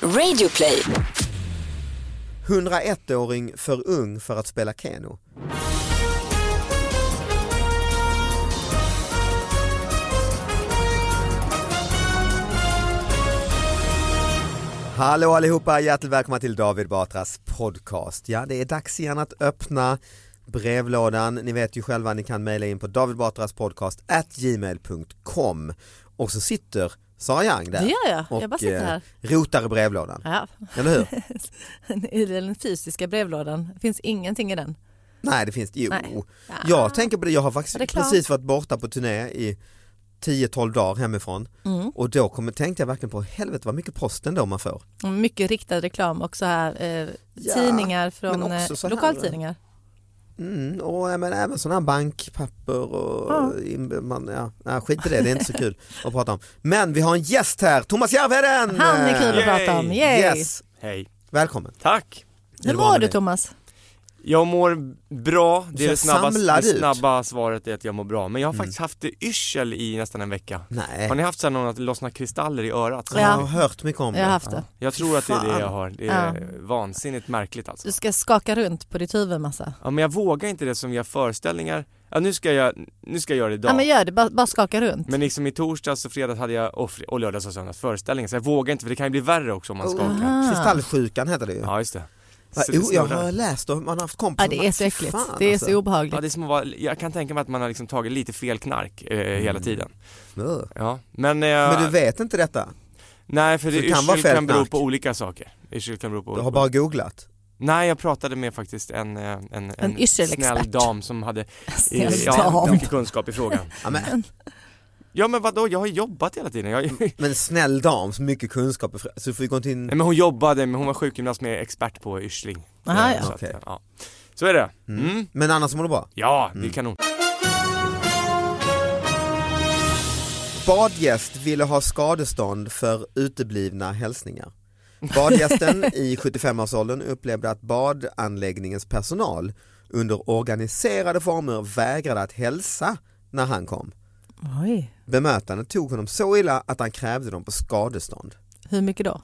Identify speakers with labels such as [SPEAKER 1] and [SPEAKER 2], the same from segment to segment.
[SPEAKER 1] Radioplay.
[SPEAKER 2] 101-åring för ung för att spela Keno. Hallå allihopa, hjärtligt välkomna till David Batras podcast. Ja, det är dags igen att öppna brevlådan. Ni vet ju själva, ni kan mejla in på davidbatraspodcast@gmail.com och så sitter Sara Young där
[SPEAKER 3] Det gör jag.
[SPEAKER 2] och
[SPEAKER 3] jag bara sitter här.
[SPEAKER 2] eh, rotar i brevlådan.
[SPEAKER 3] Ja.
[SPEAKER 2] Eller hur?
[SPEAKER 3] I den fysiska brevlådan Det finns ingenting i den.
[SPEAKER 2] Nej det finns det, jo.
[SPEAKER 3] Nej.
[SPEAKER 2] Jag tänker på det, jag har
[SPEAKER 3] Ja, det är
[SPEAKER 2] faktiskt
[SPEAKER 3] klart.
[SPEAKER 2] precis varit borta på turné i 10-12 dagar hemifrån
[SPEAKER 3] Mm.
[SPEAKER 2] och då kom, tänkte jag verkligen på helvete vad mycket post ändå man får.
[SPEAKER 3] Mycket riktad reklam också här. Eh,
[SPEAKER 2] Ja,
[SPEAKER 3] tidningar
[SPEAKER 2] men
[SPEAKER 3] från
[SPEAKER 2] också
[SPEAKER 3] eh,
[SPEAKER 2] så här-
[SPEAKER 3] lokaltidningar.
[SPEAKER 2] Mm, och ja, men, även sådana här bankpapper och
[SPEAKER 3] Ja.
[SPEAKER 2] in- man, ja, ja, skit i det, det är inte så kul att prata om. Men vi har en gäst här, Thomas Järvheden!
[SPEAKER 3] Han är kul att
[SPEAKER 4] Yay.
[SPEAKER 3] prata om. Yay.
[SPEAKER 2] eh, Yes,
[SPEAKER 4] Hej.
[SPEAKER 2] välkommen. Hur
[SPEAKER 4] Tack.
[SPEAKER 3] Hur
[SPEAKER 2] var det
[SPEAKER 3] mår du
[SPEAKER 2] med
[SPEAKER 3] Thomas?
[SPEAKER 4] Jag mår bra, det
[SPEAKER 2] Så
[SPEAKER 4] är det snabba,
[SPEAKER 2] samlad
[SPEAKER 4] det
[SPEAKER 2] ut.
[SPEAKER 4] snabba svaret är att jag mår bra. Men jag har faktiskt haft yrsel i nästan en vecka.
[SPEAKER 2] Nej,
[SPEAKER 4] Har ni haft så här någon att lossna kristaller i örat?
[SPEAKER 2] jag
[SPEAKER 3] Ja.
[SPEAKER 2] har hört mycket om
[SPEAKER 3] Jag har
[SPEAKER 2] det.
[SPEAKER 3] haft det.
[SPEAKER 4] Jag tror att det är
[SPEAKER 2] Fan.
[SPEAKER 4] det jag har. Det är vansinnigt märkligt alltså.
[SPEAKER 3] Du ska skaka runt på ditt huvud massa.
[SPEAKER 4] Ja men jag vågar inte det som jag föreställningar. Ja nu ska jag, nu ska jag göra det idag.
[SPEAKER 3] Ja, men gör det, bara, bara skaka runt.
[SPEAKER 4] Men liksom i torsdags och fredags hade jag, och, fre- och lördags och söndags föreställningar. Så jag vågar inte för det kan ju bli värre också om man skakar.
[SPEAKER 3] Aha.
[SPEAKER 2] Kristallsjukan heter det ju.
[SPEAKER 4] Ja just det.
[SPEAKER 2] Va,
[SPEAKER 4] Så det
[SPEAKER 2] jo, jag
[SPEAKER 4] snurrar.
[SPEAKER 2] har läst och man har haft
[SPEAKER 3] Ja,
[SPEAKER 2] kompisar.
[SPEAKER 3] det är så
[SPEAKER 2] Fy
[SPEAKER 3] äckligt.
[SPEAKER 2] fan,
[SPEAKER 3] Det är
[SPEAKER 2] alltså.
[SPEAKER 3] så obehagligt.
[SPEAKER 4] Ja, det är som att vara, jag kan tänka mig att man har liksom tagit lite fel knark eh, hela tiden.
[SPEAKER 2] Ugh.
[SPEAKER 4] Ja, men, eh,
[SPEAKER 2] Men du vet inte detta?
[SPEAKER 4] Nej, för
[SPEAKER 2] Så
[SPEAKER 4] det,
[SPEAKER 2] det kan
[SPEAKER 4] yrsel
[SPEAKER 2] vara
[SPEAKER 4] kan,
[SPEAKER 2] fel
[SPEAKER 4] bero
[SPEAKER 2] knark.
[SPEAKER 4] på olika saker. Yrsel kan bero på
[SPEAKER 2] Du har bara googlat?
[SPEAKER 4] Nej, jag pratade med faktiskt en, eh, en, en
[SPEAKER 3] yrselexpert.
[SPEAKER 4] snäll dam som hade eh,
[SPEAKER 3] Snäll
[SPEAKER 4] ja,
[SPEAKER 3] dam.
[SPEAKER 4] mycket kunskap i frågan.
[SPEAKER 2] Ja, men
[SPEAKER 4] Ja, men vadå, jag har jobbat hela tiden. Jag, nej,
[SPEAKER 2] Men snäll dam, så mycket kunskap, så du får ju gå till en...
[SPEAKER 4] men hon jobbade, men hon var sjukgymnast med expert på yrsling.
[SPEAKER 3] Aha,
[SPEAKER 4] Eh,
[SPEAKER 3] ja.
[SPEAKER 4] så, att,
[SPEAKER 2] Okej.
[SPEAKER 4] ja. så är det.
[SPEAKER 2] Mm.
[SPEAKER 4] Mm.
[SPEAKER 2] Men annars mår du bra?
[SPEAKER 4] Ja, det är
[SPEAKER 2] Mm.
[SPEAKER 4] kanon.
[SPEAKER 2] Badgäst ville ha skadestånd för uteblivna hälsningar. Badgästen i 75-årsåldern upplevde att badanläggningens personal under organiserade former vägrade att hälsa när han kom.
[SPEAKER 3] Oj.
[SPEAKER 2] Bemötandet tog honom så illa att han krävde dem på skadestånd.
[SPEAKER 3] Hur mycket då?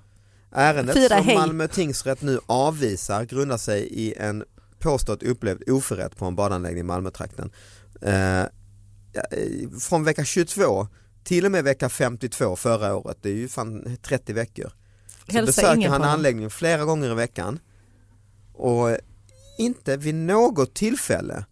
[SPEAKER 2] Ärendet
[SPEAKER 3] Fira
[SPEAKER 2] som
[SPEAKER 3] hej.
[SPEAKER 2] Malmö tingsrätt nu avvisar grundar sig i en påstått upplevd oförrätt på en badanläggning i Malmötrakten. Eh, eh, från vecka 22 till och med vecka 52 förra året, det är ju fan 30 veckor, så
[SPEAKER 3] Hälsa
[SPEAKER 2] besöker
[SPEAKER 3] ingen på
[SPEAKER 2] han
[SPEAKER 3] honom.
[SPEAKER 2] anläggningen flera gånger i veckan och inte vid något tillfälle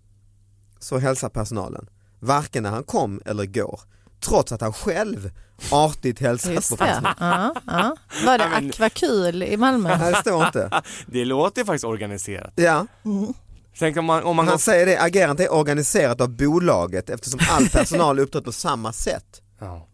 [SPEAKER 2] så hälsar personalen, varken när han kom eller går, trots att han själv artigt hälsat på
[SPEAKER 3] Just
[SPEAKER 2] personalen.
[SPEAKER 3] det. Ja, ja. Var det
[SPEAKER 4] Ja, men-
[SPEAKER 3] akvakul i Malmö?
[SPEAKER 2] Nej, det står inte.
[SPEAKER 4] Det låter faktiskt organiserat.
[SPEAKER 2] Ja.
[SPEAKER 4] Tänk om man, om man
[SPEAKER 2] Han säger det, agerandet är organiserat av bolaget eftersom all personal uppträtt på samma sätt.
[SPEAKER 4] Ja.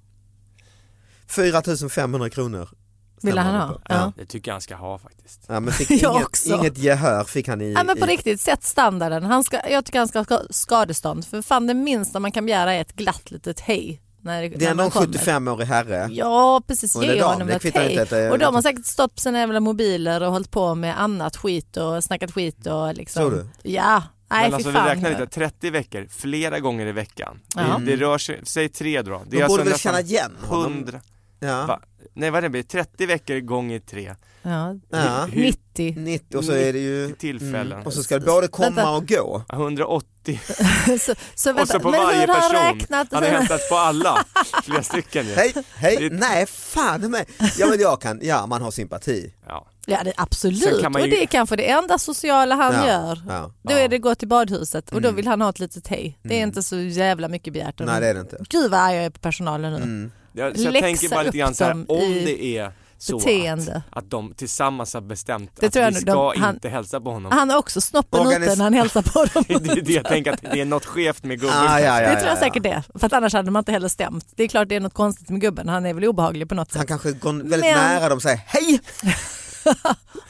[SPEAKER 2] 4 500 kronor. stämmer
[SPEAKER 3] Ville han
[SPEAKER 2] det
[SPEAKER 3] ha?
[SPEAKER 2] på.
[SPEAKER 3] Ja.
[SPEAKER 2] Ja.
[SPEAKER 4] Det tycker jag han ska ha faktiskt.
[SPEAKER 2] Ja, men fick
[SPEAKER 3] Jag
[SPEAKER 2] inget,
[SPEAKER 3] också.
[SPEAKER 2] inget gehör fick han i...
[SPEAKER 3] Ja, men på
[SPEAKER 2] i-
[SPEAKER 3] riktigt, sätt standarden. Han ska, jag tycker han ska ha ska- skadestånd. För fan det minsta man kan begära är ett glatt litet hej. När,
[SPEAKER 2] det är
[SPEAKER 3] när
[SPEAKER 2] ändå
[SPEAKER 3] man
[SPEAKER 2] en
[SPEAKER 3] kommer.
[SPEAKER 2] 75-årig herre.
[SPEAKER 3] Ja precis,
[SPEAKER 2] Och det är
[SPEAKER 3] ge
[SPEAKER 2] dam,
[SPEAKER 3] honom
[SPEAKER 2] det
[SPEAKER 3] ett
[SPEAKER 2] kvittar
[SPEAKER 3] hej.
[SPEAKER 2] inte eh, att det-
[SPEAKER 3] och de har säkert stått på sina jävla mobiler och hållit på med annat skit och snackat skit och liksom.
[SPEAKER 2] Tror du?
[SPEAKER 3] Ja, nej
[SPEAKER 4] men alltså
[SPEAKER 3] fy fan.
[SPEAKER 4] vi räknar lite, 30 veckor, flera gånger i veckan.
[SPEAKER 3] Ja.
[SPEAKER 4] Det, det rör sig, säg tre då. Det alltså
[SPEAKER 2] De borde väl
[SPEAKER 4] nästan
[SPEAKER 2] känna igen honom?
[SPEAKER 4] 100,
[SPEAKER 2] Ja.
[SPEAKER 4] va? Nej vad är det blir, 30 veckor gånger tre.
[SPEAKER 3] Ja,
[SPEAKER 2] ja.
[SPEAKER 4] Hur-
[SPEAKER 3] 90.
[SPEAKER 2] 90 och så är det ju...
[SPEAKER 4] tillfällen.
[SPEAKER 2] Mm. Och så ska det både komma
[SPEAKER 3] Vänta.
[SPEAKER 2] och gå.
[SPEAKER 4] 180.
[SPEAKER 3] så, så
[SPEAKER 4] Och så
[SPEAKER 3] vänta,
[SPEAKER 4] på
[SPEAKER 3] men
[SPEAKER 4] varje
[SPEAKER 3] hur har han
[SPEAKER 4] person.
[SPEAKER 3] räknat?
[SPEAKER 4] Han har hämtat på alla, flera stycken ju.
[SPEAKER 2] Hej, hej,
[SPEAKER 4] Det-
[SPEAKER 2] nej fan med. Ja men jag kan, ja man har sympati.
[SPEAKER 4] Ja.
[SPEAKER 3] Ja, det,
[SPEAKER 4] Sen
[SPEAKER 3] absolut.
[SPEAKER 4] kan man
[SPEAKER 3] Och
[SPEAKER 4] ju-
[SPEAKER 3] det är kanske det enda sociala han
[SPEAKER 2] ja.
[SPEAKER 3] gör.
[SPEAKER 2] Ja.
[SPEAKER 3] Då
[SPEAKER 4] Ja.
[SPEAKER 3] är det gå till badhuset och då
[SPEAKER 2] Mm.
[SPEAKER 3] vill han ha ett litet hej. Det är
[SPEAKER 2] Mm.
[SPEAKER 3] inte så jävla mycket begärt. av
[SPEAKER 2] Nej
[SPEAKER 3] dem.
[SPEAKER 2] det är det inte.
[SPEAKER 3] Gud vad arg jag är på personalen nu.
[SPEAKER 2] Mm.
[SPEAKER 4] Jag, så jag
[SPEAKER 3] Läxa
[SPEAKER 4] tänker bara lite grann
[SPEAKER 3] upp
[SPEAKER 4] så här,
[SPEAKER 3] dem
[SPEAKER 4] om
[SPEAKER 3] i
[SPEAKER 4] det är så att,
[SPEAKER 3] beteende.
[SPEAKER 4] att de tillsammans har bestämt
[SPEAKER 3] Det
[SPEAKER 4] att vi
[SPEAKER 3] tror jag nog,
[SPEAKER 4] ska
[SPEAKER 3] de- han-
[SPEAKER 4] inte hälsa på honom.
[SPEAKER 3] Han har också snoppen
[SPEAKER 2] Organis-
[SPEAKER 3] ute när han hälsar på dem.
[SPEAKER 4] Det är det jag tänker, att det är något skevt med gubben.
[SPEAKER 2] Ah, ja, ja,
[SPEAKER 3] det tror
[SPEAKER 2] ja,
[SPEAKER 3] jag
[SPEAKER 2] ja.
[SPEAKER 3] säkert det. För att annars hade man inte heller stämt. Det är klart det är något konstigt med gubben. Han är väl obehaglig på något
[SPEAKER 2] Han
[SPEAKER 3] sätt.
[SPEAKER 2] kanske går väldigt
[SPEAKER 3] Men-
[SPEAKER 2] nära dem och säger hej.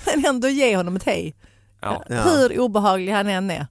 [SPEAKER 3] Men ändå ge honom ett hej.
[SPEAKER 4] Ja.
[SPEAKER 2] Ja.
[SPEAKER 3] Hur obehaglig han än är.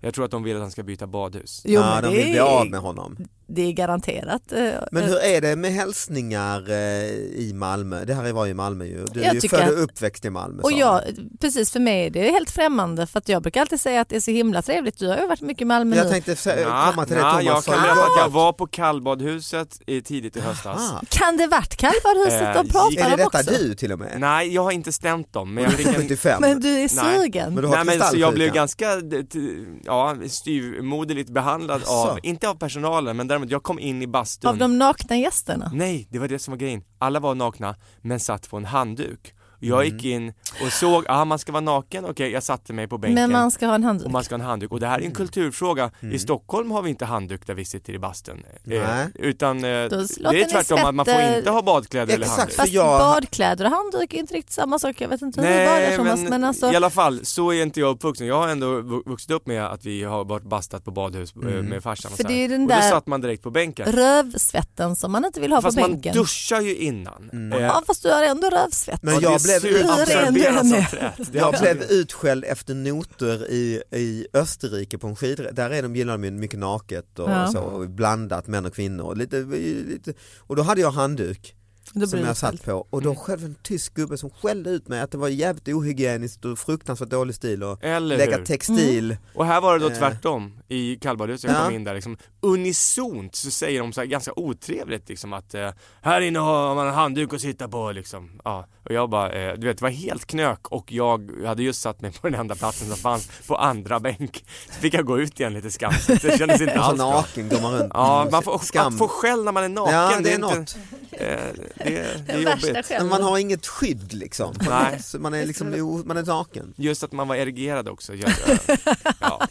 [SPEAKER 4] Jag tror att de vill att han ska byta badhus.
[SPEAKER 3] Jo,
[SPEAKER 2] ja,
[SPEAKER 3] men
[SPEAKER 2] de
[SPEAKER 3] det
[SPEAKER 2] vill bli
[SPEAKER 3] är-
[SPEAKER 2] av med honom.
[SPEAKER 3] det är garanterat. eh,
[SPEAKER 2] Men
[SPEAKER 3] eh,
[SPEAKER 2] hur är det med hälsningar eh, i Malmö? Det här var ju Malmö ju. Du är
[SPEAKER 3] Jag
[SPEAKER 2] ju
[SPEAKER 3] tycker
[SPEAKER 2] född
[SPEAKER 3] att-
[SPEAKER 2] och uppväxt i Malmö.
[SPEAKER 3] eh, och
[SPEAKER 2] sa
[SPEAKER 3] jag, precis för mig är det helt främmande för att jag brukar alltid säga att det är så himla trevligt. Du har ju varit mycket i
[SPEAKER 2] du.
[SPEAKER 3] Malmö
[SPEAKER 2] jag
[SPEAKER 3] nu.
[SPEAKER 2] tänkte se-
[SPEAKER 4] Nja,
[SPEAKER 2] komma till det
[SPEAKER 4] nja,
[SPEAKER 2] Thomas.
[SPEAKER 4] jag kan
[SPEAKER 2] sa.
[SPEAKER 4] berätta att jag var på kallbadhuset i tidigt i höstas.
[SPEAKER 2] Ah,
[SPEAKER 3] Kan det varit kallbadhuset de
[SPEAKER 4] Eh,
[SPEAKER 3] pratar
[SPEAKER 2] Är det
[SPEAKER 3] om
[SPEAKER 2] detta
[SPEAKER 3] också?
[SPEAKER 2] du till och med?
[SPEAKER 4] Nej, jag har inte stämt dem, men jag fick en
[SPEAKER 2] 75?
[SPEAKER 3] Men du är
[SPEAKER 4] Nej.
[SPEAKER 3] sugen?
[SPEAKER 2] Men du har
[SPEAKER 4] Nej men så jag
[SPEAKER 2] kristallsjuka.
[SPEAKER 4] blev ganska d- t- ja, styvmoderligt behandlad av,
[SPEAKER 2] Asså.
[SPEAKER 4] inte av personalen men däremot jag kom in i bastun.
[SPEAKER 3] Av de nakna gästerna?
[SPEAKER 4] Nej, det var det som var grejen. Alla var nakna men satt på en handduk. Jag gick
[SPEAKER 2] Mm.
[SPEAKER 4] in och såg, ah man ska vara naken, okej jag satte mig på bänken.
[SPEAKER 3] Men man ska ha en handduk?
[SPEAKER 4] Och man ska ha en handduk och det
[SPEAKER 2] Mm.
[SPEAKER 4] här är en kulturfråga. I Stockholm har vi inte handduk där vi sitter i bastun. Eh,
[SPEAKER 2] Nej.
[SPEAKER 4] utan eh, det
[SPEAKER 3] låter ni
[SPEAKER 4] är tvärtom att man får
[SPEAKER 3] svetter-
[SPEAKER 4] inte ha badkläder eller
[SPEAKER 2] Exakt,
[SPEAKER 4] handduk.
[SPEAKER 2] för
[SPEAKER 3] Fast
[SPEAKER 2] jag-
[SPEAKER 3] badkläder och handduk är inte riktigt samma sak. Jag vet inte hur du badar Thomas, men, alltså,
[SPEAKER 4] i alla fall så är inte jag uppvuxen. Jag har ändå vu- vuxit upp med att vi har varit bastat på badhus eh,
[SPEAKER 2] Mm.
[SPEAKER 4] med farsan och
[SPEAKER 3] För
[SPEAKER 4] så
[SPEAKER 3] det
[SPEAKER 4] här.
[SPEAKER 3] är den
[SPEAKER 4] Och då
[SPEAKER 3] där-
[SPEAKER 4] satt man direkt på bänken.
[SPEAKER 3] rövsvetten som man inte vill ha
[SPEAKER 4] Fast
[SPEAKER 3] på
[SPEAKER 4] man
[SPEAKER 3] bänken.
[SPEAKER 4] duschar ju innan. Eh,
[SPEAKER 3] Ja, fast du har ändå rövsvett.
[SPEAKER 2] Men
[SPEAKER 4] och
[SPEAKER 2] Mm. jag
[SPEAKER 4] det
[SPEAKER 2] blev
[SPEAKER 4] superabsorberat
[SPEAKER 3] Hur ren du än
[SPEAKER 4] av
[SPEAKER 3] är.
[SPEAKER 4] träet. Det är
[SPEAKER 2] Jag
[SPEAKER 4] absolut-
[SPEAKER 2] blev utskälld efter noter i, i Österrike på en skidresa. Där är de, gillar de ju mycket naket och
[SPEAKER 3] Ja.
[SPEAKER 2] så, och blandat män och kvinnor. Lite, lite. Och då hade jag handduk
[SPEAKER 3] Då blir
[SPEAKER 2] som
[SPEAKER 3] det Mm.
[SPEAKER 2] jag
[SPEAKER 3] fel.
[SPEAKER 2] satt på och då skällde en tysk gubbe som skällde ut mig att det var jävligt ohygieniskt och fruktansvärt dålig stil och
[SPEAKER 4] Eller
[SPEAKER 2] lägga
[SPEAKER 4] hur?
[SPEAKER 2] textil.
[SPEAKER 3] Mm.
[SPEAKER 4] Och här var det då
[SPEAKER 2] Eh.
[SPEAKER 4] tvärtom i kallbadhuset. Jag kom
[SPEAKER 2] Ja.
[SPEAKER 4] in där liksom unisont så säger de så här ganska otrevligt liksom att eh, här inne har man en handduk att sitta på liksom. Ja. Och jag bara, eh, du vet det var helt knök och jag hade just satt mig på den enda platsen som fanns på andra bänk. Så fick jag gå ut igen lite skamset. Det kändes inte
[SPEAKER 2] Alltså
[SPEAKER 4] alls bra.
[SPEAKER 2] naken går man runt.
[SPEAKER 4] Ja, man får,
[SPEAKER 2] Skam.
[SPEAKER 4] att få skäll när man är naken.
[SPEAKER 2] ja, det är
[SPEAKER 4] inte-
[SPEAKER 2] något.
[SPEAKER 4] eh, det, det är
[SPEAKER 3] Värsta
[SPEAKER 4] jobbigt.
[SPEAKER 2] Men
[SPEAKER 3] skällen.
[SPEAKER 2] man har inget skydd liksom.
[SPEAKER 4] Nej.
[SPEAKER 2] Så Man är liksom o- man är naken.
[SPEAKER 4] Just att man var erigerad också. gör- eh, Ja.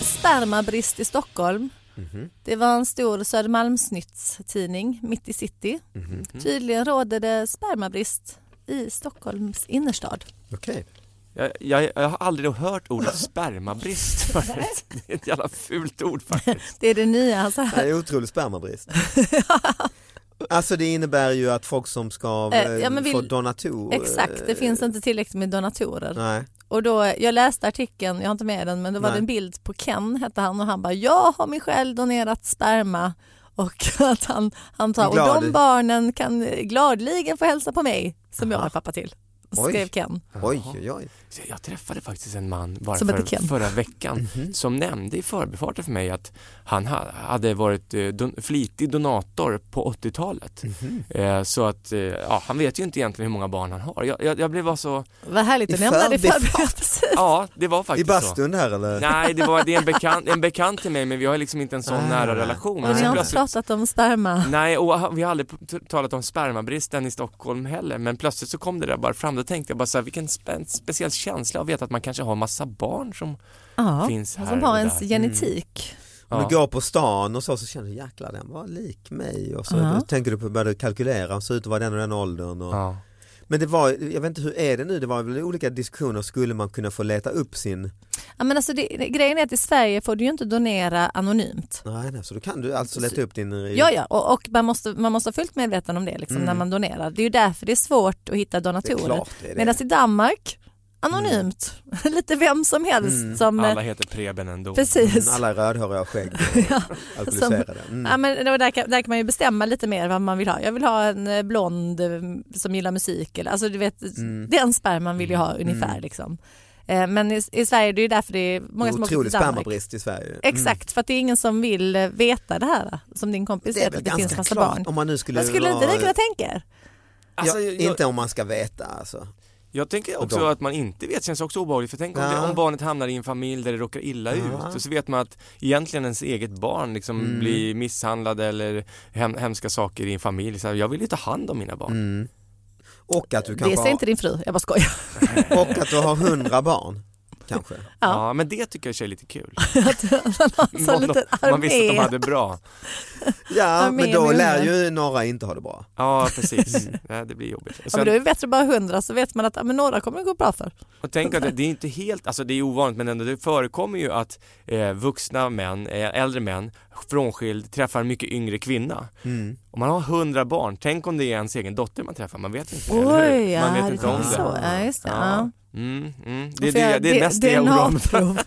[SPEAKER 3] Spermabrist i Stockholm.
[SPEAKER 2] Mhm.
[SPEAKER 3] Det var en stor Södermalmsnyttstidning mitt i city.
[SPEAKER 2] Mhm.
[SPEAKER 4] Mhm.
[SPEAKER 3] Tydligen råder det spermabrist i Stockholms innerstad.
[SPEAKER 2] Okej.
[SPEAKER 4] Jag, jag, jag har aldrig hört ordet spermabrist förut. Det är ett jävla fult ord faktiskt.
[SPEAKER 3] Det är det nya. alltså. Så här.
[SPEAKER 2] Det är otrolig spermabrist. Alltså det innebär ju att folk som ska
[SPEAKER 3] Eh,
[SPEAKER 2] eh,
[SPEAKER 3] ja, men
[SPEAKER 2] få
[SPEAKER 3] vill-
[SPEAKER 2] donator. eh,
[SPEAKER 3] Exakt, det finns inte tillräckligt med donatorer.
[SPEAKER 2] Nej.
[SPEAKER 3] Och då, jag läste artikeln, jag har inte med den, men då var
[SPEAKER 2] Nej.
[SPEAKER 3] det en bild på Ken hette han och han bara jag har mig själv donerat sperma och att han, han tar, och
[SPEAKER 2] Glad.
[SPEAKER 3] de barnen kan gladligen få hälsa på mig som jag är pappa till.
[SPEAKER 2] Oj.
[SPEAKER 3] Skrev Ken.
[SPEAKER 2] Oj, oj, oj.
[SPEAKER 4] Så jag träffade faktiskt en man bara
[SPEAKER 3] Som heter
[SPEAKER 4] för,
[SPEAKER 3] Ken.
[SPEAKER 4] förra veckan som nämnde i förbifarten för mig att han ha, hade varit eh, don, flitig donator på 80-talet. Eh, så att eh, ja, han vet ju inte egentligen hur många barn han har. Jag, jag, jag blev bara så,
[SPEAKER 3] Vad härligt att
[SPEAKER 2] I
[SPEAKER 3] nämna det i
[SPEAKER 2] förbifart.
[SPEAKER 3] förbifart. Precis.
[SPEAKER 4] ja det var
[SPEAKER 2] I
[SPEAKER 4] faktiskt så.
[SPEAKER 2] bastun här eller?
[SPEAKER 4] Nej, det, var, det är en bekant, en bekant till mig men vi har liksom inte en sån
[SPEAKER 2] Ah.
[SPEAKER 4] nära relation.
[SPEAKER 3] Och ni
[SPEAKER 4] Så
[SPEAKER 3] har inte
[SPEAKER 4] plötsligt-
[SPEAKER 3] pratat om sperma.
[SPEAKER 4] Nej, och ha- vi har aldrig p- t- talat om spermabristen i Stockholm heller, men plötsligt så kom det där bara fram. Då tänkte jag bara så här, vilken spe speciell känsla att veta att man kanske har massa barn som
[SPEAKER 3] Ja,
[SPEAKER 4] finns här
[SPEAKER 3] som har
[SPEAKER 4] och
[SPEAKER 3] ens
[SPEAKER 4] där.
[SPEAKER 3] genetik.
[SPEAKER 2] Om
[SPEAKER 4] Ja.
[SPEAKER 2] du går på stan och så, så känner du jäklar den var lik mig och så
[SPEAKER 3] Ja.
[SPEAKER 2] tänker du på, börjar du kalkylera och så ut att vara den och den åldern. Och...
[SPEAKER 4] Ja.
[SPEAKER 2] Men det var, jag vet inte hur är det nu, det var väl olika diskussioner, skulle man kunna få leta upp sin,
[SPEAKER 3] Ja, men alltså det, grejen är att i Sverige får du ju inte donera anonymt.
[SPEAKER 2] nej, nej så då kan du alltså leta upp din,
[SPEAKER 3] Ja, ja, och, och man, måste, man måste vara fullt medveten om det liksom,
[SPEAKER 2] Mm.
[SPEAKER 3] när man donerar. Det är ju därför det är svårt att hitta
[SPEAKER 2] det är
[SPEAKER 3] donatorer.
[SPEAKER 2] klart det är det.
[SPEAKER 3] Medan i Danmark, anonymt, lite vem som helst som... eh,
[SPEAKER 4] Alla heter Preben ändå.
[SPEAKER 3] Precis.
[SPEAKER 2] Mm, alla är rödhåriga och skägg och alkoholiserade. Mm.
[SPEAKER 3] Ja, men då, där, kan, där kan man ju bestämma lite mer vad man vill ha. Jag vill ha en eh, blond eh, som gillar musik. Eller, alltså, du vet,
[SPEAKER 2] Mm.
[SPEAKER 3] Den sperman vill jag ha ungefär. Liksom. Eh, men i, i Sverige, det är ju därför det är många som åker till
[SPEAKER 2] Otrolig
[SPEAKER 3] Danmark.
[SPEAKER 2] spermabrist i Sverige. Mm.
[SPEAKER 3] Exakt, för att det är ingen som vill eh, veta det här som din kompis
[SPEAKER 2] Det är
[SPEAKER 3] vet
[SPEAKER 2] väl
[SPEAKER 3] att det
[SPEAKER 2] ganska
[SPEAKER 3] finns massa
[SPEAKER 2] klart
[SPEAKER 3] barn.
[SPEAKER 2] om man nu skulle,
[SPEAKER 3] Men skulle inte ni kunna tänka er?
[SPEAKER 4] Alltså,
[SPEAKER 2] ja,
[SPEAKER 4] jag,
[SPEAKER 2] Inte om man ska veta alltså.
[SPEAKER 4] jag tänker också
[SPEAKER 2] de-
[SPEAKER 4] att man inte vet känns också obehagligt för tänk om, det,
[SPEAKER 2] Ja.
[SPEAKER 4] om barnet hamnar i en familj där det råkar illa
[SPEAKER 2] Ja. Mm.
[SPEAKER 4] ut och så vet man att egentligen ens eget barn liksom blir misshandlad eller hem, hemska saker i en familj. Så här, jag vill ju ta hand om mina barn.
[SPEAKER 2] Mm. Och att du
[SPEAKER 3] Det
[SPEAKER 2] kanske
[SPEAKER 3] säger
[SPEAKER 2] har,
[SPEAKER 3] inte din fru, jag bara skojar.
[SPEAKER 2] och att du har hundra barn kanske.
[SPEAKER 3] Ja.
[SPEAKER 4] Ja. men det tycker jag i och för sig är lite kul.
[SPEAKER 3] Så en liten
[SPEAKER 4] om man visste att de
[SPEAKER 3] armé.
[SPEAKER 4] hade bra.
[SPEAKER 2] Ja,
[SPEAKER 3] men
[SPEAKER 2] men då
[SPEAKER 3] jag
[SPEAKER 2] lär
[SPEAKER 3] undrar.
[SPEAKER 2] ju några inte ha det bra.
[SPEAKER 4] Ja, precis. Nej, det blir
[SPEAKER 3] Mm.
[SPEAKER 4] jobbigt. Och
[SPEAKER 3] Ja, men
[SPEAKER 4] sen-
[SPEAKER 3] då är det bättre att bara ha hundra så vet man att ja, men några kommer det gå bra för.
[SPEAKER 4] Och tänk att det, det är inte helt, alltså det är ovanligt men ändå det förekommer ju att eh, vuxna män, eh, äldre män, frånskild träffar en mycket yngre kvinna.
[SPEAKER 2] Mm.
[SPEAKER 4] Om man har hundra barn, tänk om det är ens egen dotter man träffar, man vet inte. eller hur?
[SPEAKER 3] Oj, ja,
[SPEAKER 4] man
[SPEAKER 3] det
[SPEAKER 4] vet inte om
[SPEAKER 3] kanske är
[SPEAKER 4] det.
[SPEAKER 3] så. Ja, just det. Ja.
[SPEAKER 4] Ja. Mm, mm. Det, är
[SPEAKER 3] Får jag-
[SPEAKER 4] det, det är nästa jag oroar mig för.
[SPEAKER 3] DNA-prov.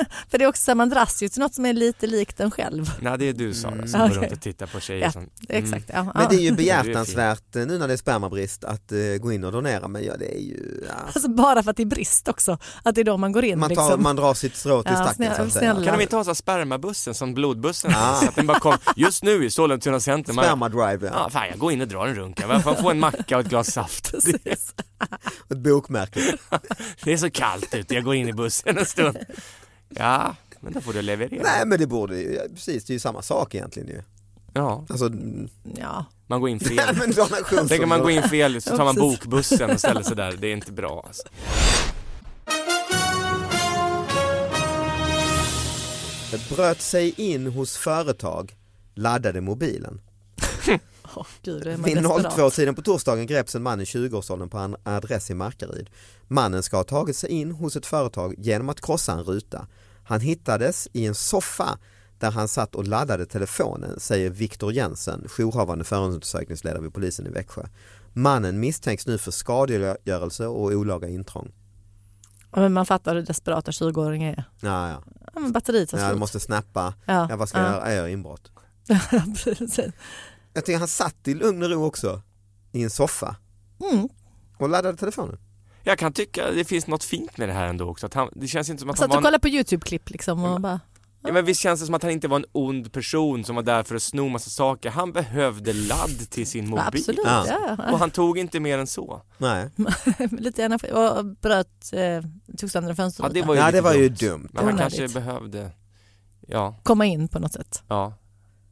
[SPEAKER 3] För det är också så här, man dras ju till något som är lite likt en själv.
[SPEAKER 4] Nej det är du Sara
[SPEAKER 2] Mm.
[SPEAKER 4] som går
[SPEAKER 3] Okej.
[SPEAKER 4] runt och tittar på tjejer
[SPEAKER 3] Ja,
[SPEAKER 4] som... Mm.
[SPEAKER 3] Exakt, ja.
[SPEAKER 2] Men det är
[SPEAKER 3] ja.
[SPEAKER 2] ju behjärtansvärt eh, nu när det är spermabrist att eh, gå in och donera men ja, det är ju, ja.
[SPEAKER 3] Alltså bara för att det är brist också, att det är då man går in
[SPEAKER 2] man, tar,
[SPEAKER 3] liksom.
[SPEAKER 2] man drar sitt strå till
[SPEAKER 3] Ja,
[SPEAKER 2] stacken
[SPEAKER 3] snälla-
[SPEAKER 2] så att säga.
[SPEAKER 3] snälla.
[SPEAKER 4] Kan de inte ha så här spermabussen som blodbussen?
[SPEAKER 2] Ah.
[SPEAKER 4] Så att den bara kom, just nu i Sollentuna center, man,
[SPEAKER 2] Spermadrive ja.
[SPEAKER 4] ja, fan jag går in och drar en runka, varför får jag få en macka och ett glas saft? Det,
[SPEAKER 3] Precis.
[SPEAKER 2] Ett bokmärke.
[SPEAKER 4] det är så kallt ute, jag går in i bussen en stund. Ja, men då får du leverera.
[SPEAKER 2] Nej men det borde ju, ja, precis det är ju samma sak egentligen ju.
[SPEAKER 4] Ja,
[SPEAKER 2] Alltså, mm,
[SPEAKER 3] Ja.
[SPEAKER 4] man går in fel.
[SPEAKER 2] nej, men donation.
[SPEAKER 4] Tänk om man går in fel så tar man
[SPEAKER 3] Ja, precis.
[SPEAKER 4] bokbussen och ställer sig där, det är inte bra alltså.
[SPEAKER 2] Bröt sig in hos företag, laddade mobilen.
[SPEAKER 3] Åh, gud, det är man
[SPEAKER 2] Vid
[SPEAKER 3] desperat.
[SPEAKER 2] 02-tiden på torsdagen greps en man i 20-årsåldern på en adress i Markaryd. Mannen ska ha tagit sig in hos ett företag genom att krossa en ruta. Han hittades i en soffa där han satt och laddade telefonen, säger Viktor Jensen, jourhavande förundersökningsledare vid polisen i Växjö. Mannen misstänks nu för skadegörelse och olaga intrång.
[SPEAKER 3] Ja, Men man fattar hur desperata 20-åringar är.
[SPEAKER 2] Ja, ja.
[SPEAKER 3] Ja, men batteriet tar
[SPEAKER 2] ja jag
[SPEAKER 3] slut.
[SPEAKER 2] måste snappa.
[SPEAKER 3] Ja,
[SPEAKER 2] Ja, vad ska jag göra? Jag gör inbrott.
[SPEAKER 3] precis.
[SPEAKER 2] Jag tycker han satt i lugn och ro också i en soffa
[SPEAKER 3] Mm.
[SPEAKER 2] och laddade telefonen.
[SPEAKER 4] Jag kan tycka det finns något fint med det här ändå också. Att han, det känns inte som att han
[SPEAKER 3] Satt
[SPEAKER 4] var
[SPEAKER 3] och
[SPEAKER 4] en,
[SPEAKER 3] kollade på YouTube-klipp liksom och bara,
[SPEAKER 4] ja, men visst känns det som att han inte var en ond person som var där för att sno massa saker. Han behövde ladd till sin
[SPEAKER 3] ja,
[SPEAKER 4] mobil.
[SPEAKER 3] absolut,
[SPEAKER 2] Ja.
[SPEAKER 3] ja.
[SPEAKER 4] Och
[SPEAKER 3] ja.
[SPEAKER 4] han tog inte mer än så.
[SPEAKER 2] Nej,
[SPEAKER 3] Lite energi och bröt, eh, tog sönder en
[SPEAKER 4] Ja,
[SPEAKER 3] fönsterruta.
[SPEAKER 4] det var ju,
[SPEAKER 2] ja,
[SPEAKER 4] lite
[SPEAKER 2] det var
[SPEAKER 4] dumt.
[SPEAKER 2] ju dumt.
[SPEAKER 4] Men han
[SPEAKER 3] Onödigt.
[SPEAKER 4] kanske behövde, ja,
[SPEAKER 3] Komma in på något sätt.
[SPEAKER 4] ja. ja,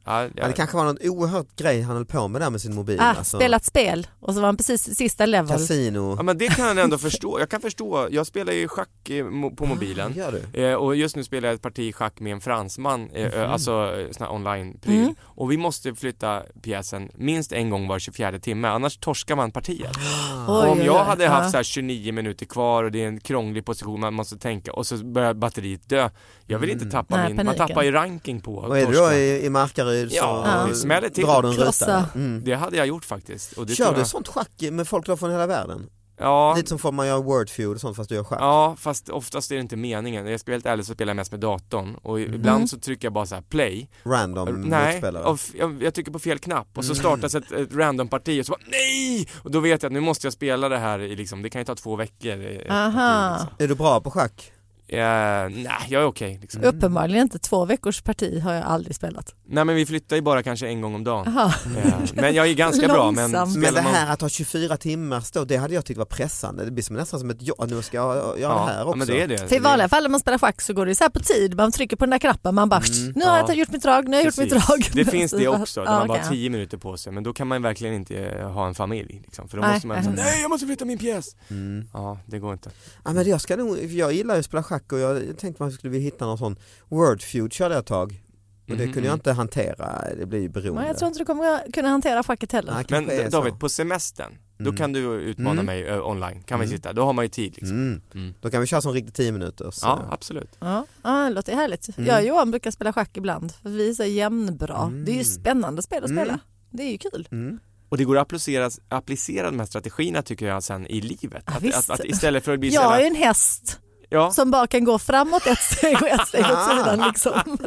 [SPEAKER 2] Ja, det
[SPEAKER 4] ja.
[SPEAKER 2] kanske var någon oerhört grej han höll på med där med sin mobil.
[SPEAKER 3] Ah,
[SPEAKER 2] alltså.
[SPEAKER 3] Spelat spel och så var han precis sista level.
[SPEAKER 2] Casino.
[SPEAKER 4] ja men det kan jag ändå förstå. Jag kan förstå, jag spelar ju schack eh, mo- på
[SPEAKER 3] Ah,
[SPEAKER 4] mobilen.
[SPEAKER 2] Gör du?
[SPEAKER 4] Eh, och just nu spelar jag ett parti schack med en fransman, eh,
[SPEAKER 2] Mhm.
[SPEAKER 4] alltså eh, sån här online-pryl.
[SPEAKER 3] Mm.
[SPEAKER 4] Och vi måste flytta pjäsen minst en gång var 24 timme, annars torskar man partiet.
[SPEAKER 3] Oj,
[SPEAKER 4] Om
[SPEAKER 3] oj,
[SPEAKER 4] jag
[SPEAKER 3] oj.
[SPEAKER 4] hade haft
[SPEAKER 3] Ja.
[SPEAKER 4] så här 29 minuter kvar och det är en krånglig position man måste tänka och så börjar batteriet dö. Jag vill inte
[SPEAKER 2] Mm.
[SPEAKER 4] tappa
[SPEAKER 3] Nej,
[SPEAKER 4] min,
[SPEAKER 3] paniken.
[SPEAKER 4] man tappar ju ranking på
[SPEAKER 2] Och är du då
[SPEAKER 4] torska.
[SPEAKER 2] i, i Markaryd så
[SPEAKER 4] Ja,
[SPEAKER 3] det
[SPEAKER 4] smäller till.
[SPEAKER 2] drar du en ruta.
[SPEAKER 3] Krossa.
[SPEAKER 2] Mm.
[SPEAKER 4] Det hade jag gjort faktiskt. Och det
[SPEAKER 2] Kör
[SPEAKER 4] tror
[SPEAKER 2] du
[SPEAKER 4] jag...
[SPEAKER 2] sånt schack med folk då från hela världen?
[SPEAKER 4] Ja,
[SPEAKER 2] Lite som får man göra wordfeud och sånt fast du gör schack.
[SPEAKER 4] ja, fast oftast är det inte meningen. Jag ska vara helt ärlig så spelar jag mest med datorn och ibland så trycker jag bara så här play.
[SPEAKER 2] Random
[SPEAKER 4] Äh, nej,
[SPEAKER 2] Mhm. motspelare. Mm.
[SPEAKER 4] och f- jag, jag trycker på fel knapp och så startas ett, ett randomparti och så bara nej! Och då vet jag att nu måste jag spela det här i liksom, det kan ju ta två veckor. eh, ett
[SPEAKER 3] Aha.
[SPEAKER 4] parti, liksom.
[SPEAKER 2] Är du bra på schack?
[SPEAKER 4] Eh, nej, jag är okej liksom.
[SPEAKER 3] Uppenbarligen inte. Två veckors parti har jag aldrig spelat.
[SPEAKER 4] Nej men vi flyttar ju bara kanske en gång om dagen.
[SPEAKER 3] Aha.
[SPEAKER 4] Eh, men jag är ganska bra men
[SPEAKER 3] Långsam.
[SPEAKER 2] Men det
[SPEAKER 4] spelar man...
[SPEAKER 2] här att ha 24 timmar stå, det hade jag tyckt var pressande. Det blir som, nästan som ett ja, nu ska jag göra
[SPEAKER 4] ja,
[SPEAKER 2] det här
[SPEAKER 4] ja,
[SPEAKER 2] också.
[SPEAKER 4] men det är det.
[SPEAKER 3] För i vanliga fall när man spelar schack så går det ju så här på tid, man trycker på den där knappen, man bara
[SPEAKER 2] Mm,
[SPEAKER 3] nu har
[SPEAKER 4] ja.
[SPEAKER 3] jag gjort mitt drag, nu har jag gjort mitt
[SPEAKER 4] Precis.
[SPEAKER 3] drag.
[SPEAKER 4] Det finns det
[SPEAKER 3] Precis.
[SPEAKER 4] också, där
[SPEAKER 3] Ja,
[SPEAKER 4] man bara
[SPEAKER 3] okej.
[SPEAKER 4] har 10 minuter på sig men då kan man verkligen inte eh, ha en familj. Liksom. För då
[SPEAKER 3] Nej.
[SPEAKER 4] måste man
[SPEAKER 2] Alltså,
[SPEAKER 4] säga, nej jag måste flytta min pjäs.
[SPEAKER 2] Mm.
[SPEAKER 4] Ja, det går inte.
[SPEAKER 2] Ja, men jag, ska nog, jag gillar ju att spela schack och jag tänkte man skulle vilja hitta någon sån wordfeud körde jag ett tag. Och det
[SPEAKER 4] Mhm,
[SPEAKER 2] kunde jag
[SPEAKER 4] mm.
[SPEAKER 2] inte hantera, det blir ju beroende.
[SPEAKER 3] Men jag tror inte du kommer kunna hantera schacket heller.
[SPEAKER 2] Nej,
[SPEAKER 4] Men
[SPEAKER 2] kanske är så.
[SPEAKER 4] David, på semestern, då
[SPEAKER 2] Mm.
[SPEAKER 4] kan du utmana
[SPEAKER 2] Mm.
[SPEAKER 4] mig ö, online. Kan vi
[SPEAKER 2] Mm.
[SPEAKER 4] sitta? Då har man ju tid liksom.
[SPEAKER 2] Mm.
[SPEAKER 4] Mm.
[SPEAKER 2] Då kan vi köra som riktigt 10 minuter. Så.
[SPEAKER 4] Ja, absolut.
[SPEAKER 3] Ja, ja det låter härligt.
[SPEAKER 2] Mm.
[SPEAKER 3] Jag och Johan brukar spela schack ibland, för vi är så jämnbra.
[SPEAKER 2] Mm.
[SPEAKER 3] Det är ju spännande spel att
[SPEAKER 2] Mm.
[SPEAKER 3] spela. Det är ju kul.
[SPEAKER 2] Mm.
[SPEAKER 4] Och det går att applicera, applicera de här strategierna tycker jag sen i livet.
[SPEAKER 3] Ja,
[SPEAKER 4] att,
[SPEAKER 3] visst.
[SPEAKER 4] att, att istället för att bli så
[SPEAKER 3] Jag
[SPEAKER 4] jävla-
[SPEAKER 3] är en häst
[SPEAKER 4] ja.
[SPEAKER 3] som bara kan gå framåt ett steg och ett steg åt
[SPEAKER 2] Ah.
[SPEAKER 3] sidan liksom.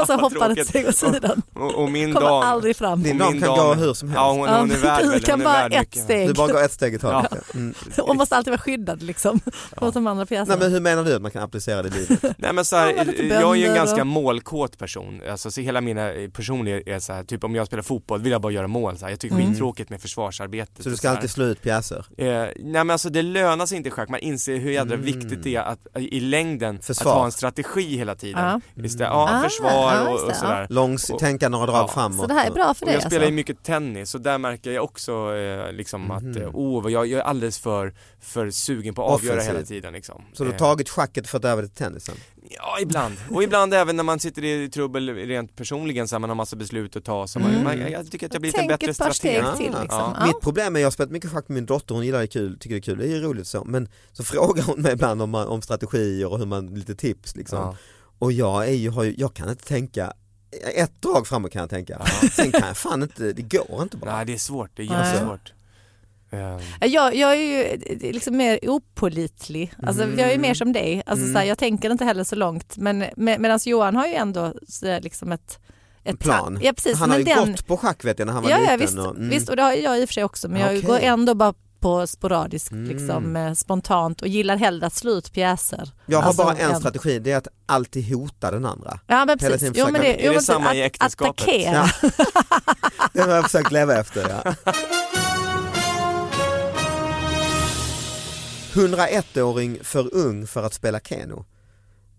[SPEAKER 3] Och så
[SPEAKER 4] vad
[SPEAKER 3] hoppar ett
[SPEAKER 4] tråkigt.
[SPEAKER 3] steg åt sidan.
[SPEAKER 4] Och, och min
[SPEAKER 3] Kommer
[SPEAKER 4] dam,
[SPEAKER 3] aldrig fram.
[SPEAKER 2] Din
[SPEAKER 4] Min
[SPEAKER 2] dam kan
[SPEAKER 4] dam.
[SPEAKER 2] gå hur som helst.
[SPEAKER 4] ja hon,
[SPEAKER 3] Ja,
[SPEAKER 4] hon är värd
[SPEAKER 3] du
[SPEAKER 4] väl,
[SPEAKER 3] kan
[SPEAKER 4] hon är
[SPEAKER 3] bara
[SPEAKER 4] värd
[SPEAKER 3] ett
[SPEAKER 4] mycket.
[SPEAKER 2] Du
[SPEAKER 3] steg
[SPEAKER 2] bara går ett steg i taget. Mm.
[SPEAKER 3] och måste alltid vara skyddad liksom. Mot de andra
[SPEAKER 2] Nej,
[SPEAKER 3] pjäserna.
[SPEAKER 2] men hur menar du att man kan applicera det i livet?
[SPEAKER 4] Nej men så
[SPEAKER 3] Ja, men lite
[SPEAKER 4] här, jag är ju en
[SPEAKER 3] bönder
[SPEAKER 4] ganska
[SPEAKER 3] och-
[SPEAKER 4] målkåt person, alltså så hela mina eh, personlighet är så här, typ om jag spelar fotboll vill jag bara göra mål så här. jag tycker det är
[SPEAKER 2] Mm.
[SPEAKER 4] skittråkigt med försvarsarbetet
[SPEAKER 2] Så du
[SPEAKER 4] och
[SPEAKER 2] ska
[SPEAKER 4] här.
[SPEAKER 2] alltid slå ut pjäser?
[SPEAKER 4] Eh, nej men alltså det lönar sig inte i schack, man inser hur jädra
[SPEAKER 2] Mm.
[SPEAKER 4] viktigt det är att eh, i längden
[SPEAKER 2] Försvar.
[SPEAKER 4] att ha en strategi hela tiden.
[SPEAKER 3] Ja.
[SPEAKER 4] Istället, ja,
[SPEAKER 3] Mm. Ah,
[SPEAKER 4] försvar
[SPEAKER 3] ja,
[SPEAKER 4] och,
[SPEAKER 3] just det,
[SPEAKER 4] och sådär.
[SPEAKER 2] Långs
[SPEAKER 4] Och-
[SPEAKER 2] tänka några drag
[SPEAKER 4] Ja.
[SPEAKER 2] framåt?
[SPEAKER 3] Så det här är bra för
[SPEAKER 4] Och
[SPEAKER 3] dig
[SPEAKER 4] jag spelar ju
[SPEAKER 3] alltså?
[SPEAKER 4] mycket tennis och där märker jag också eh, liksom
[SPEAKER 2] Mhm.
[SPEAKER 4] att, eh, oh, jag, jag är alldeles för, för sugen på att avgöra
[SPEAKER 2] Offensiv.
[SPEAKER 4] hela tiden liksom.
[SPEAKER 2] Så du har
[SPEAKER 4] Eh,
[SPEAKER 2] tagit schacket för att över till tennisen?
[SPEAKER 4] Ja, ibland. Och ibland även när man sitter i trubbel rent personligen så här, man har massa beslut att ta. Så man,
[SPEAKER 3] Mm.
[SPEAKER 4] man, jag tycker att jag blivit en
[SPEAKER 3] Tänk
[SPEAKER 4] bättre
[SPEAKER 3] ett par steg
[SPEAKER 4] strateg.
[SPEAKER 2] Ah,
[SPEAKER 3] till liksom.
[SPEAKER 4] ja.
[SPEAKER 3] Ja.
[SPEAKER 2] Mitt problem är att jag har spelat mycket schack med min dotter, hon gillar det kul, tycker det är kul, det är ju roligt så. Men så frågar hon mig ibland om, man- om strategier och hur man, lite tips liksom.
[SPEAKER 4] Ja.
[SPEAKER 2] Och jag, är ju, har ju, jag kan inte tänka, ett drag framåt kan jag tänka.
[SPEAKER 4] Ja.
[SPEAKER 2] Sen kan jag fan inte, det går inte bara.
[SPEAKER 4] Nej, det är svårt. Det är
[SPEAKER 3] Nej.
[SPEAKER 4] jättesvårt. Eh,
[SPEAKER 3] Jag, jag är ju liksom mer opolitlig. Alltså,
[SPEAKER 2] Mm.
[SPEAKER 3] Jag är mer som dig. Alltså,
[SPEAKER 2] Mm.
[SPEAKER 3] så här, jag tänker inte heller så långt. Men med, medan Johan har ju ändå så där, liksom ett, ett
[SPEAKER 2] plan.
[SPEAKER 3] Ja, precis.
[SPEAKER 2] han har
[SPEAKER 3] men
[SPEAKER 2] ju
[SPEAKER 3] den,
[SPEAKER 2] gått på schack vet jag när han var
[SPEAKER 3] ja,
[SPEAKER 2] liten.
[SPEAKER 3] ja, visst,
[SPEAKER 2] och, mm.
[SPEAKER 3] visst. Och det har ju jag i och för sig också. Men jag
[SPEAKER 2] Okej.
[SPEAKER 3] går ändå bara på sporadiskt,
[SPEAKER 2] Mm.
[SPEAKER 3] liksom, eh, spontant och gillar hellre att slå ut pjäser.
[SPEAKER 2] Jag har
[SPEAKER 3] Alltså,
[SPEAKER 2] bara en
[SPEAKER 3] en-
[SPEAKER 2] strategi, det är att alltid hota den andra.
[SPEAKER 3] Ja,
[SPEAKER 2] Hela
[SPEAKER 3] men precis.
[SPEAKER 2] tiden
[SPEAKER 3] Jo, men
[SPEAKER 2] försöka-
[SPEAKER 3] det,
[SPEAKER 2] Är
[SPEAKER 3] jo,
[SPEAKER 4] det
[SPEAKER 3] men
[SPEAKER 4] samma i
[SPEAKER 3] att-
[SPEAKER 4] äktenskapet?
[SPEAKER 3] Attackera.
[SPEAKER 2] Ja. Det har jag försökt leva efter. Ja. 101-åring för ung för att spela Keno.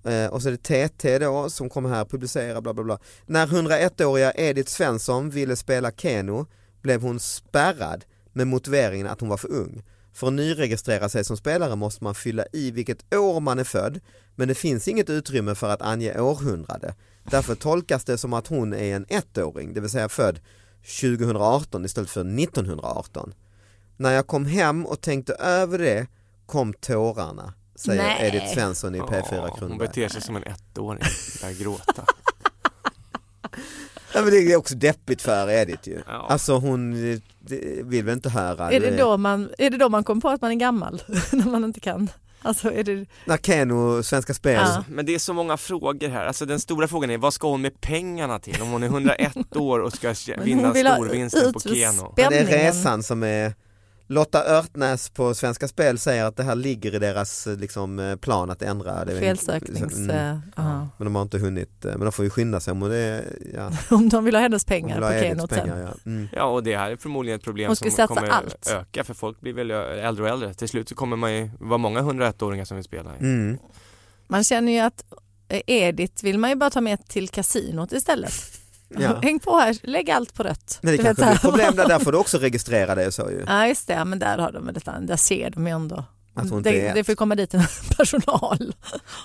[SPEAKER 2] Eh, och så är det TT då som kommer här och publicerar bla bla bla. När 101-åriga Edith Svensson ville spela Keno blev hon spärrad med motiveringen att hon var för ung. För att nyregistrera sig som spelare måste man fylla i vilket år man är född men det finns inget utrymme för att ange århundrade. Därför tolkas det som att hon är en ettåring, det vill säga född 2018 istället för 1918. När jag kom hem och tänkte över det kom tårarna, säger
[SPEAKER 3] Nej.
[SPEAKER 2] Edith Svensson i P4
[SPEAKER 4] ja, Hon
[SPEAKER 2] Kronoberg.
[SPEAKER 4] beter sig som en ettåring, börjar gråta.
[SPEAKER 2] Ja, men det är också deppigt för Edith ju.
[SPEAKER 4] Ja.
[SPEAKER 2] Alltså hon eh, det- vill väl inte höra.
[SPEAKER 3] Är
[SPEAKER 2] du
[SPEAKER 3] det, då man, är det då man kom på att man är gammal? När man inte kan? Alltså, är det,
[SPEAKER 2] När Keno, Svenska Spel.
[SPEAKER 3] Ja.
[SPEAKER 4] Men det är så många frågor här, alltså den stora frågan är vad ska hon med pengarna till om hon är 101 år och ska
[SPEAKER 3] Men
[SPEAKER 4] vinna
[SPEAKER 3] hon vill ha
[SPEAKER 4] storvinsten på
[SPEAKER 3] ut-
[SPEAKER 4] Keno?
[SPEAKER 2] Men det är
[SPEAKER 3] spänningen.
[SPEAKER 2] resan som är Lotta Örtnäs på Svenska Spel säger att det här ligger i deras eh, liksom, eh, plan att ändra. Det är en-
[SPEAKER 3] Felsöknings...
[SPEAKER 2] Mm.
[SPEAKER 3] eh, ja.
[SPEAKER 2] Men de har inte hunnit, eh, men de får ju skynda sig om det är, ja,
[SPEAKER 3] Om de vill ha hennes
[SPEAKER 2] om
[SPEAKER 3] pengar
[SPEAKER 2] vill
[SPEAKER 3] på
[SPEAKER 2] ha Ediths
[SPEAKER 3] kenot sen.
[SPEAKER 2] pengar. Ja. Mm.
[SPEAKER 4] Ja och det här är förmodligen ett problem
[SPEAKER 3] Hon
[SPEAKER 4] som
[SPEAKER 3] ska satsa
[SPEAKER 4] kommer
[SPEAKER 3] allt.
[SPEAKER 4] öka för folk blir väl äldre och äldre. Till slut så kommer man ju vara många 101-åringar som vill spela.
[SPEAKER 2] Mm.
[SPEAKER 3] Man känner ju att eh, Edith vill man ju bara ta med till kasinot istället.
[SPEAKER 2] Ja.
[SPEAKER 3] Häng på här, lägg allt på rött.
[SPEAKER 2] Men det
[SPEAKER 3] Du
[SPEAKER 2] kanske
[SPEAKER 3] vet,
[SPEAKER 2] blir
[SPEAKER 3] så här.
[SPEAKER 2] problem där, där får du också registrera dig och så ju.
[SPEAKER 3] Ja just det, men där har de väl ett annat, där ser de ju ändå.
[SPEAKER 2] Att hon inte
[SPEAKER 3] Det,
[SPEAKER 2] är
[SPEAKER 3] det får komma dit en personal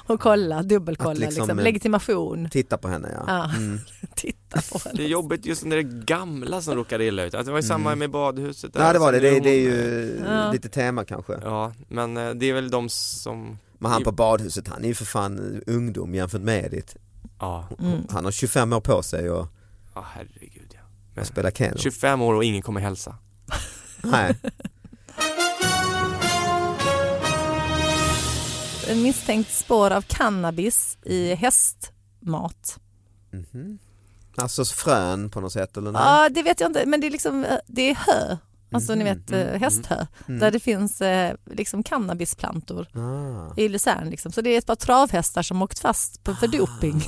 [SPEAKER 3] och kolla, dubbelkolla
[SPEAKER 2] Att liksom,
[SPEAKER 3] liksom,
[SPEAKER 2] eh,
[SPEAKER 3] legitimation.
[SPEAKER 2] Titta på henne ja.
[SPEAKER 3] Ja.
[SPEAKER 2] Mm.
[SPEAKER 3] Titta på henne.
[SPEAKER 4] Det är jobbigt just när det är gamla som råkar illa ut. Alltså, det var ju samma
[SPEAKER 2] Mm.
[SPEAKER 4] med badhuset. Där.
[SPEAKER 2] Nej det var det,
[SPEAKER 4] Alltså, nu
[SPEAKER 2] det, det är
[SPEAKER 4] hon-
[SPEAKER 2] ju
[SPEAKER 3] Ja.
[SPEAKER 2] lite tema kanske.
[SPEAKER 4] Ja, men eh, det är väl de som,
[SPEAKER 2] Men han på badhuset, han är ju för fan ungdom jämfört med Edith.
[SPEAKER 4] ja,
[SPEAKER 3] Mm.
[SPEAKER 2] Han har 25 år på sig att
[SPEAKER 4] ja herregud ja.
[SPEAKER 2] att spela Keno.
[SPEAKER 4] 25 år och ingen kommer hälsa.
[SPEAKER 2] Nej.
[SPEAKER 3] En misstänkt spår av cannabis i hästmat.
[SPEAKER 2] Mhm. Alltså frön på något sätt eller
[SPEAKER 3] Ja,
[SPEAKER 2] nej? Mhm.
[SPEAKER 3] det vet jag inte, men det är liksom, eh, det är hö. Alltså ni vet eh, hästhö,
[SPEAKER 2] Mm.
[SPEAKER 3] där det finns eh, liksom cannabisplantor
[SPEAKER 2] Ah.
[SPEAKER 3] i Luzern. Liksom. Så det är ett par travhästar som åkt fast på, för doping.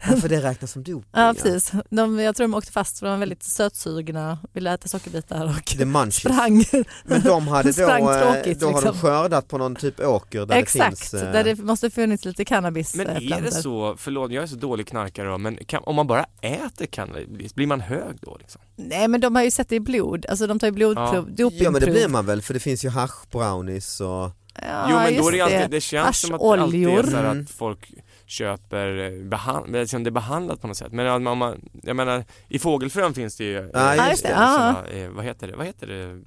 [SPEAKER 2] Ja, för Ah, det räknas som doping.
[SPEAKER 3] Ja, precis. De, jag tror de åkte fast för de var väldigt sötsugna, ville äta sockerbitar och
[SPEAKER 2] The munchies.
[SPEAKER 3] sprang.
[SPEAKER 2] Men de hade då,
[SPEAKER 3] Sprang
[SPEAKER 2] eh,
[SPEAKER 3] tråkigt,
[SPEAKER 2] då har de
[SPEAKER 3] liksom.
[SPEAKER 2] skördat på någon typ åker där
[SPEAKER 3] Exakt,
[SPEAKER 2] det finns. eh,
[SPEAKER 3] där det måste funnits lite eh,
[SPEAKER 4] Men
[SPEAKER 3] cannabisplantor.
[SPEAKER 4] är det så, förlåt jag är så dålig knarkare då, men kan, om man bara äter cannabis, blir man hög då liksom?
[SPEAKER 3] Nej men de har ju sett det i blod, alltså de tar ju blodprov,
[SPEAKER 4] Ja.
[SPEAKER 3] dopingprov.
[SPEAKER 2] Ja men det blir man väl för det finns ju hash brownies och
[SPEAKER 3] Ja,
[SPEAKER 4] jo men då
[SPEAKER 3] just
[SPEAKER 4] är det, alltid, det känns som att det alltid är
[SPEAKER 3] Arsoljor.
[SPEAKER 4] så här
[SPEAKER 2] Mm.
[SPEAKER 4] att folk köper, eh, behand, men liksom det är behandlat på något sätt. Men om man, jag menar, i fågelfrön finns det ju, eh,
[SPEAKER 2] Ja, just
[SPEAKER 4] eh,
[SPEAKER 2] det.
[SPEAKER 4] såna, eh, vad heter det, vad heter det,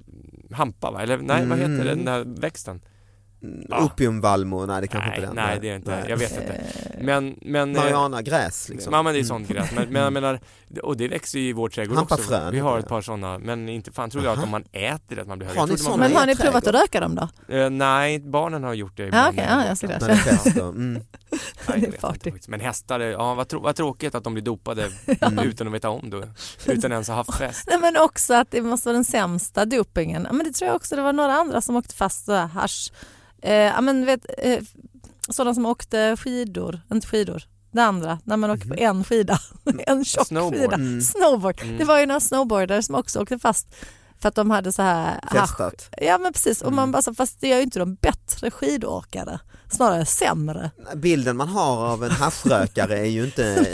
[SPEAKER 4] hampa va? Eller nej, vad heter det,
[SPEAKER 2] Mm.
[SPEAKER 4] den där växten?
[SPEAKER 2] mm,
[SPEAKER 4] Ah.
[SPEAKER 2] opiumvallmo, nej det kanske
[SPEAKER 4] nej,
[SPEAKER 2] inte är den.
[SPEAKER 4] nej det är inte, jag vet inte.
[SPEAKER 3] Eh,
[SPEAKER 4] Men, men eh,
[SPEAKER 2] Mariana gräs liksom.
[SPEAKER 4] Ja men det är
[SPEAKER 2] Mm.
[SPEAKER 4] sånt gräs, men, men jag menar, och det växer ju i vår trädgård
[SPEAKER 2] Hampa
[SPEAKER 4] också.
[SPEAKER 2] frön,
[SPEAKER 4] vi har ett
[SPEAKER 2] ja.
[SPEAKER 4] par sådana, men inte fan tror jag
[SPEAKER 2] Aha.
[SPEAKER 4] att om man äter det att man blir hög.
[SPEAKER 2] Har
[SPEAKER 4] Jag
[SPEAKER 2] ni
[SPEAKER 4] trodde man
[SPEAKER 2] såna?
[SPEAKER 3] Men
[SPEAKER 4] blev-
[SPEAKER 3] har ni provat att röka dem då?
[SPEAKER 4] Eh, Nej, barnen har gjort det
[SPEAKER 3] Ja
[SPEAKER 4] ibland.
[SPEAKER 3] Ah, okej, ja, jag ser det.
[SPEAKER 2] När det fästs då. Mm.
[SPEAKER 4] Nej,
[SPEAKER 3] Det
[SPEAKER 4] jag
[SPEAKER 3] är
[SPEAKER 4] vet
[SPEAKER 3] party.
[SPEAKER 4] inte faktiskt. Men hästar, är- ja, vad, trå- vad tråkigt att de blir dopade
[SPEAKER 2] Mm.
[SPEAKER 4] utan att veta om det. Utan ens att ha haft fest.
[SPEAKER 3] Nej men också att det måste vara den sämsta dopingen. Ja, Men det tror jag också, det var några andra som åkte fast så här hasch. Eh, ja, men vet, eh, sådana som åkte skidor, inte skidor, det andra, när man åker på en skida, en tjock
[SPEAKER 4] Snowboard.
[SPEAKER 3] skida.
[SPEAKER 2] Mhm. Mm.
[SPEAKER 3] Snowboard.
[SPEAKER 4] Mm.
[SPEAKER 3] Det var ju några snowboardare som också åkte fast för att de hade så här hasch.
[SPEAKER 2] Festat.
[SPEAKER 3] Ja men precis, och man
[SPEAKER 2] Mm.
[SPEAKER 3] bara så, fast det gör ju inte de bättre skidåkare, snarare sämre.
[SPEAKER 2] Bilden man har av en haschrökare är ju inte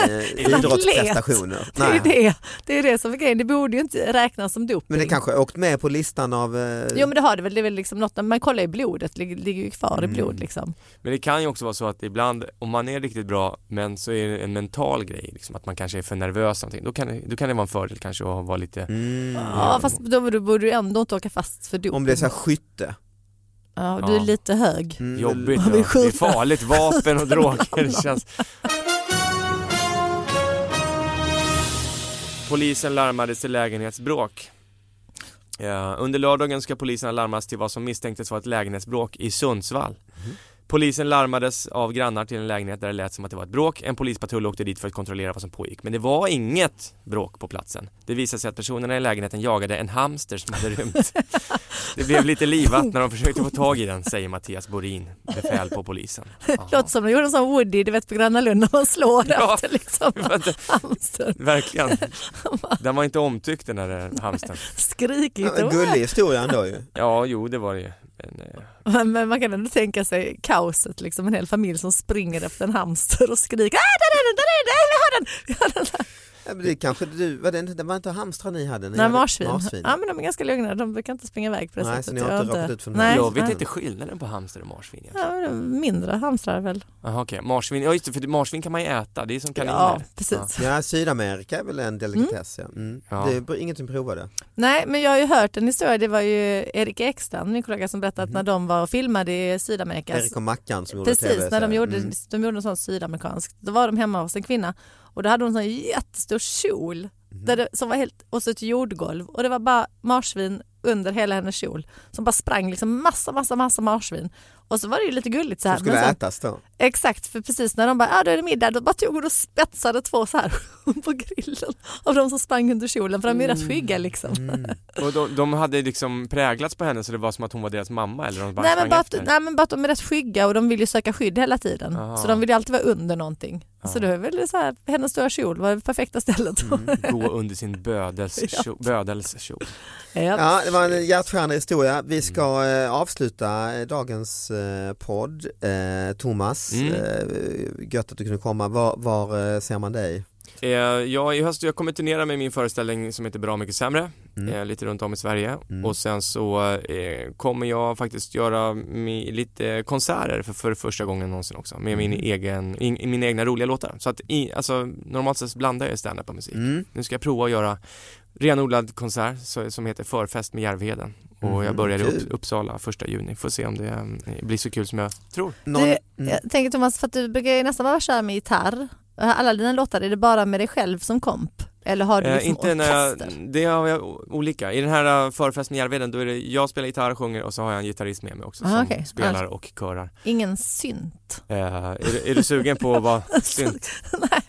[SPEAKER 2] eh,
[SPEAKER 3] Atlet.
[SPEAKER 2] idrottsprestationer.
[SPEAKER 3] Det är, ju
[SPEAKER 2] Nej.
[SPEAKER 3] det. det är det som är grejen, det borde ju inte räknas som doping.
[SPEAKER 2] Men det kanske har åkt med på listan av... eh,
[SPEAKER 3] Jo men det har det väl, det är väl liksom något, man kollar i blodet, lig- ligger ju kvar
[SPEAKER 2] Mm.
[SPEAKER 3] i blod liksom.
[SPEAKER 4] Men det kan ju också vara så att ibland, om man är riktigt bra, men så är det en mental grej, liksom, att man kanske är för nervös eller någonting. Då kan, det, då kan det vara en fördel kanske att vara lite
[SPEAKER 2] Mm.
[SPEAKER 3] Ja fast då, då borde du ändå inte åka fast för doping.
[SPEAKER 2] Om det är så här skytte.
[SPEAKER 3] ja, och du är
[SPEAKER 4] Ja.
[SPEAKER 3] lite hög.
[SPEAKER 2] Mm.
[SPEAKER 4] jobbigt.
[SPEAKER 3] Har vi
[SPEAKER 4] Ja. Det är
[SPEAKER 3] skjutit?
[SPEAKER 4] farligt, vapen och droger. Det känns... Polisen larmades till lägenhetsbråk. Eh, under lördagen ska polisen larmas till vad som misstänktes vara ett lägenhetsbråk i Sundsvall. Polisen larmades av grannar till en lägenhet där det lät som att det var ett bråk. En polispatrull åkte dit för att kontrollera vad som pågick. Men det var inget bråk på platsen. Det visade sig att personerna i lägenheten jagade en hamster som hade rymt. Det blev lite livat när de försökte få tag i den, säger Mattias Borin, befäl på polisen. Jaha.
[SPEAKER 3] Låter som de gjorde en sån Woody, du vet på Gröna Lund när man slår
[SPEAKER 4] Ja.
[SPEAKER 3] efter liksom
[SPEAKER 4] Vänta,
[SPEAKER 3] hamstern.
[SPEAKER 4] Verkligen. Den var inte omtyckt den där eh, hamstern.
[SPEAKER 3] Skrikigt.
[SPEAKER 2] Ja, Gullig historia ändå ju.
[SPEAKER 4] Ja, jo det var det ju. Men, eh,
[SPEAKER 3] Men, men man kan ändå tänka sig kaoset, liksom, en hel familj som springer efter en hamster och skriker ah, där är den, där är den, där, vi har den! Vi har den.
[SPEAKER 2] Ja, men det kanske du, var det, inte- det var inte hamstrar ni hade? Ni
[SPEAKER 3] Nej,
[SPEAKER 2] hade
[SPEAKER 3] marsvin. Ja, men de är ganska lugna, de brukar inte springa iväg på det
[SPEAKER 2] Nej, så
[SPEAKER 3] sättet.
[SPEAKER 2] ni har
[SPEAKER 3] Jag
[SPEAKER 2] inte råkat ut för någon-
[SPEAKER 3] nej,
[SPEAKER 4] Jag vet
[SPEAKER 3] nej.
[SPEAKER 4] inte skillnaden på hamster och marsvin egentligen.
[SPEAKER 3] Ja, men de är mindre hamstrar väl?
[SPEAKER 4] Jaha okej, marsvin, ja just det, för marsvin kan man ju äta, det är som kaniner.
[SPEAKER 3] Ja, precis.
[SPEAKER 2] Ja, Sydamerika är väl en delikatess ja. Mm.
[SPEAKER 4] Ja.
[SPEAKER 2] Det är b- inget som provade.
[SPEAKER 3] Nej, men jag har ju hört en historia, det var ju Erik Ekstrand, min kollega, som berättade att när de var och filmade i Sydamerika
[SPEAKER 2] Mhm. Erik och Mackan som gjorde
[SPEAKER 3] Precis, när de
[SPEAKER 2] tv-serien.
[SPEAKER 3] gjorde,
[SPEAKER 2] Mm.
[SPEAKER 3] de gjorde något sånt sydamerikanskt, då var de hemma hos en kvinna och då hade hon en sån jättestor kjol där det, som var helt, och så ett jordgolv och det var bara marsvin under hela hennes kjol som bara sprang liksom massa, massa, massa marsvin. Och så var det ju lite gulligt så här.
[SPEAKER 2] Som skulle
[SPEAKER 3] men sen,
[SPEAKER 2] ätas då.
[SPEAKER 3] exakt, för precis när de bara, ja då är det middag, då bara tog hon och spetsade två så här på grillen av de som sprang under kjolen, för de är ju rätt skygga liksom.
[SPEAKER 4] Och de, de hade liksom präglats på henne så det var som att hon var deras mamma eller de bara
[SPEAKER 3] Nej
[SPEAKER 4] sprang
[SPEAKER 3] men, bara att,
[SPEAKER 4] efter.
[SPEAKER 3] nej men bara att de är rätt skygga och de vill ju söka skydd hela tiden.
[SPEAKER 4] Aha.
[SPEAKER 3] Så de vill ju alltid vara under någonting. Så
[SPEAKER 4] Ja. Mm.
[SPEAKER 3] då är väl det så här, hennes stora kjol var det perfekta stället.
[SPEAKER 4] Gå under sin bödels kjol. Bödels kjol.
[SPEAKER 3] ja.
[SPEAKER 2] Ja, det var en hjärtskärande historia. Vi ska eh, avsluta eh, dagens eh, podd. Eh, Thomas,
[SPEAKER 4] Mm.
[SPEAKER 2] eh, gött att du kunde komma. Var, var eh, ser man dig?
[SPEAKER 4] Eh, ja, i höst, jag kommer turnera med min föreställning som heter Bra Mycket Sämre,
[SPEAKER 2] Mm.
[SPEAKER 4] eh, lite runt om i Sverige.
[SPEAKER 2] Mm.
[SPEAKER 4] Och sen så eh, kommer jag faktiskt göra mi, lite konserter för, för första gången någonsin också, med min
[SPEAKER 3] Mm.
[SPEAKER 4] egen, i, i mina egna roliga låtar. Så att i, alltså, normalt sett blandar jag stand-up och musik.
[SPEAKER 2] Mm.
[SPEAKER 4] Nu ska jag prova att göra renodlad konsert så- som heter Förfest med Järvheden. Och
[SPEAKER 3] Mm,
[SPEAKER 4] jag
[SPEAKER 2] Mhm,
[SPEAKER 4] börjar i
[SPEAKER 2] kul.
[SPEAKER 4] Upp- Uppsala första juni. Får se om det eh, blir så kul som jag tror.
[SPEAKER 2] Någon,
[SPEAKER 3] Du,
[SPEAKER 2] mm.
[SPEAKER 3] jag tänker Thomas, för att du brukar ju nästan bara köra med gitarr. Alla dina låtar, är det bara med dig själv som komp? Eller har du
[SPEAKER 4] Eh,
[SPEAKER 3] liksom
[SPEAKER 4] inte när jag,
[SPEAKER 3] orkester?
[SPEAKER 4] det har jag o- olika. I den här eh, Förfest med Järvheden då är det jag spelar gitarr och sjunger och så har jag en gitarrist med mig också
[SPEAKER 3] Ah,
[SPEAKER 4] som
[SPEAKER 3] okej.
[SPEAKER 4] spelar och körar.
[SPEAKER 3] Ingen synt?
[SPEAKER 4] Eh, är, du- är du sugen på att vara
[SPEAKER 3] Alltså,
[SPEAKER 4] synt?
[SPEAKER 3] Nej,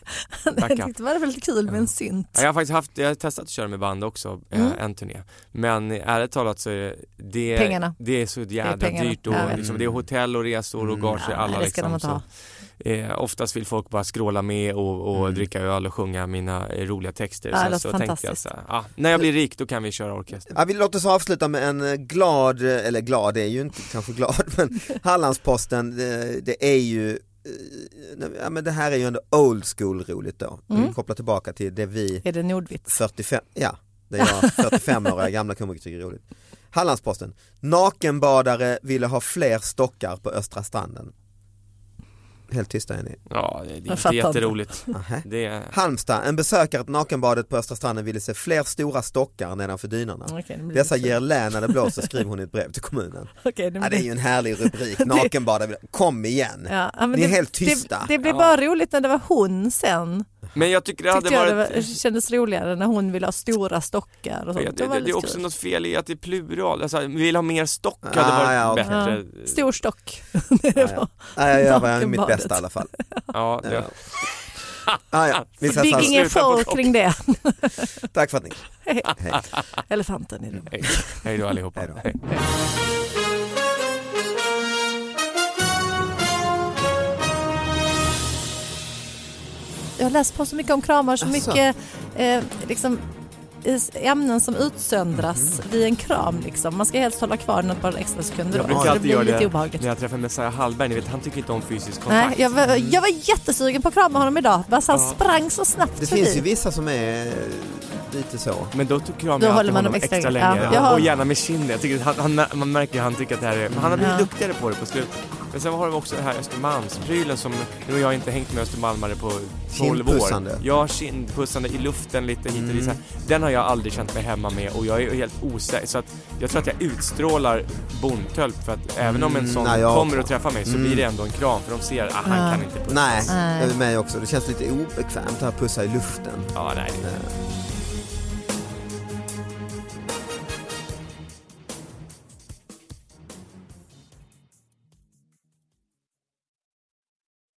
[SPEAKER 3] jag
[SPEAKER 4] Backup.
[SPEAKER 3] tyckte bara det var lite kul med
[SPEAKER 4] Ja.
[SPEAKER 3] en synt.
[SPEAKER 4] Ja, Jag har faktiskt haft, jag har testat att köra med band också, eh,
[SPEAKER 3] Mm.
[SPEAKER 4] en turné. Men ärligt talat så är det, det,
[SPEAKER 3] Pengarna.
[SPEAKER 4] det är så jädra
[SPEAKER 3] Det är pengarna.
[SPEAKER 4] dyrt och
[SPEAKER 3] Jag vet.
[SPEAKER 4] liksom, det är hotell och resor och
[SPEAKER 2] Mm.
[SPEAKER 4] gage,
[SPEAKER 3] Ja,
[SPEAKER 4] alla
[SPEAKER 3] det ska de
[SPEAKER 4] liksom.
[SPEAKER 3] inte ha.
[SPEAKER 4] så, eh, oftast vill folk bara skråla med och, och
[SPEAKER 2] Mm.
[SPEAKER 4] dricka öl och sjunga mina eh, roliga texter.
[SPEAKER 3] Ja, det
[SPEAKER 4] Sen
[SPEAKER 3] låter
[SPEAKER 4] så tänkte jag
[SPEAKER 3] fantastist.
[SPEAKER 4] så här, ah, när jag blir rik då kan vi köra orkester.
[SPEAKER 2] Ja, vi låter oss avsluta med en eh, glad, eh, eller glad det är ju inte kanske glad, men Hallandsposten eh, det är ju eh, ja, men det här är ju ändå old school roligt då.
[SPEAKER 3] Mm.
[SPEAKER 2] Mm. Koppla tillbaka till det vi
[SPEAKER 3] Är det Nordvits?
[SPEAKER 2] 45, ja, det är jag, 45-åriga gamla komiker tycker är roligt. Hallandsposten, nakenbadare ville ha fler stockar på Östra stranden. Helt tysta är ni.
[SPEAKER 4] Ja, det, det är
[SPEAKER 3] fattar
[SPEAKER 4] inte
[SPEAKER 3] inte.
[SPEAKER 4] jätteroligt.
[SPEAKER 2] Aha.
[SPEAKER 4] Det är,
[SPEAKER 2] Halmstad, en besökare till nakenbadet på Östra stranden ville se fler stora stockar nedanför dynorna.
[SPEAKER 3] Okej, nu blir det
[SPEAKER 2] Dessa
[SPEAKER 3] lite-
[SPEAKER 2] ger lä när det blåser skriver hon i ett brev till kommunen.
[SPEAKER 3] Okej, nu
[SPEAKER 2] Ja, det
[SPEAKER 3] blir-
[SPEAKER 2] är ju en härlig rubrik, nakenbadare, kom igen.
[SPEAKER 3] Ja, ja, men
[SPEAKER 2] Ni är helt tysta.
[SPEAKER 3] Det, det blev
[SPEAKER 4] Ja.
[SPEAKER 3] bara roligt när det var hon sen.
[SPEAKER 4] men jag tycker det hade
[SPEAKER 3] Tyckte jag det, var,
[SPEAKER 4] varit...
[SPEAKER 3] kändes roligare när hon ville ha stora stockar och sånt.
[SPEAKER 4] Det,
[SPEAKER 3] Det var
[SPEAKER 4] det, det är
[SPEAKER 3] lite
[SPEAKER 4] också
[SPEAKER 3] kul.
[SPEAKER 4] något fel i att det är plural, alltså, vi vill ha mer stock hade
[SPEAKER 2] Ah,
[SPEAKER 4] varit
[SPEAKER 2] ja, okej.
[SPEAKER 4] bättre.
[SPEAKER 3] Stor stock.
[SPEAKER 2] Ja, ja. Ja, jag gör vad jag- mitt
[SPEAKER 3] Nakenbadet.
[SPEAKER 2] bästa i alla fall.
[SPEAKER 4] Ja, det,
[SPEAKER 2] Ja. Ja, ja. Vi ses
[SPEAKER 3] Bygg
[SPEAKER 2] alltså.
[SPEAKER 3] ingen
[SPEAKER 4] Sluta på
[SPEAKER 3] show
[SPEAKER 4] kock.
[SPEAKER 3] kring det.
[SPEAKER 2] Tack för att ni Hej.
[SPEAKER 3] Elefanten i rummet.
[SPEAKER 4] Hej, hej då allihopa.
[SPEAKER 2] Hej då.
[SPEAKER 4] Hej.
[SPEAKER 3] Jag har läst på så mycket om kramar, så
[SPEAKER 4] Alltså.
[SPEAKER 2] Asså.
[SPEAKER 3] mycket eh, liksom, is- ämnen som utsöndras vid en kram. Liksom. Man ska helst hålla kvar den ett par extra sekunder.
[SPEAKER 4] Mhm. Jag
[SPEAKER 3] då,
[SPEAKER 4] brukar
[SPEAKER 3] så det
[SPEAKER 4] alltid göra
[SPEAKER 3] blir lite
[SPEAKER 4] det
[SPEAKER 3] obehagligt.
[SPEAKER 4] när jag träffar Messiah Hallberg, ni vet han tycker inte om fysisk kontakt.
[SPEAKER 3] Nej, jag, var, jag var jättesugen på att krama honom idag. Bara så han
[SPEAKER 4] Ja.
[SPEAKER 3] sprang så snabbt
[SPEAKER 2] Det
[SPEAKER 3] förbi.
[SPEAKER 2] finns ju vissa som är eh, lite så.
[SPEAKER 4] Men då tog kramar
[SPEAKER 3] Då
[SPEAKER 4] jag
[SPEAKER 3] håller
[SPEAKER 4] alltid
[SPEAKER 3] man
[SPEAKER 4] honom
[SPEAKER 3] dem
[SPEAKER 4] extra,
[SPEAKER 3] extra
[SPEAKER 4] länge.
[SPEAKER 3] länge. Ja, jag har-
[SPEAKER 4] Och gärna med kinden. Jag tycker att han, han, man märker att han tycker att det här är... men Han har blivit
[SPEAKER 3] Ja.
[SPEAKER 4] duktigare på det på slutet. Men sen har vi också det här Östermalmsprylen som... Nu har jag inte hängt med östermalmare på 12 år.
[SPEAKER 2] Kindpussande. Mm.
[SPEAKER 4] Ja, kindpussande i luften lite hit och dit. så här. Den har jag aldrig känt mig hemma med och jag är helt osäker. Så att jag tror att jag utstrålar bondtölp för att även om en sån
[SPEAKER 2] Mm, nej, jag-
[SPEAKER 4] kommer och träffar mig så
[SPEAKER 2] Mm.
[SPEAKER 4] blir det ändå en kram för de ser att ah, han
[SPEAKER 3] Ja.
[SPEAKER 4] kan inte pussa.
[SPEAKER 2] Nej,
[SPEAKER 3] Nej.
[SPEAKER 2] det är mig också. Det känns lite obekvämt att pussa i luften.
[SPEAKER 4] Ja, nej. det-
[SPEAKER 2] Eh,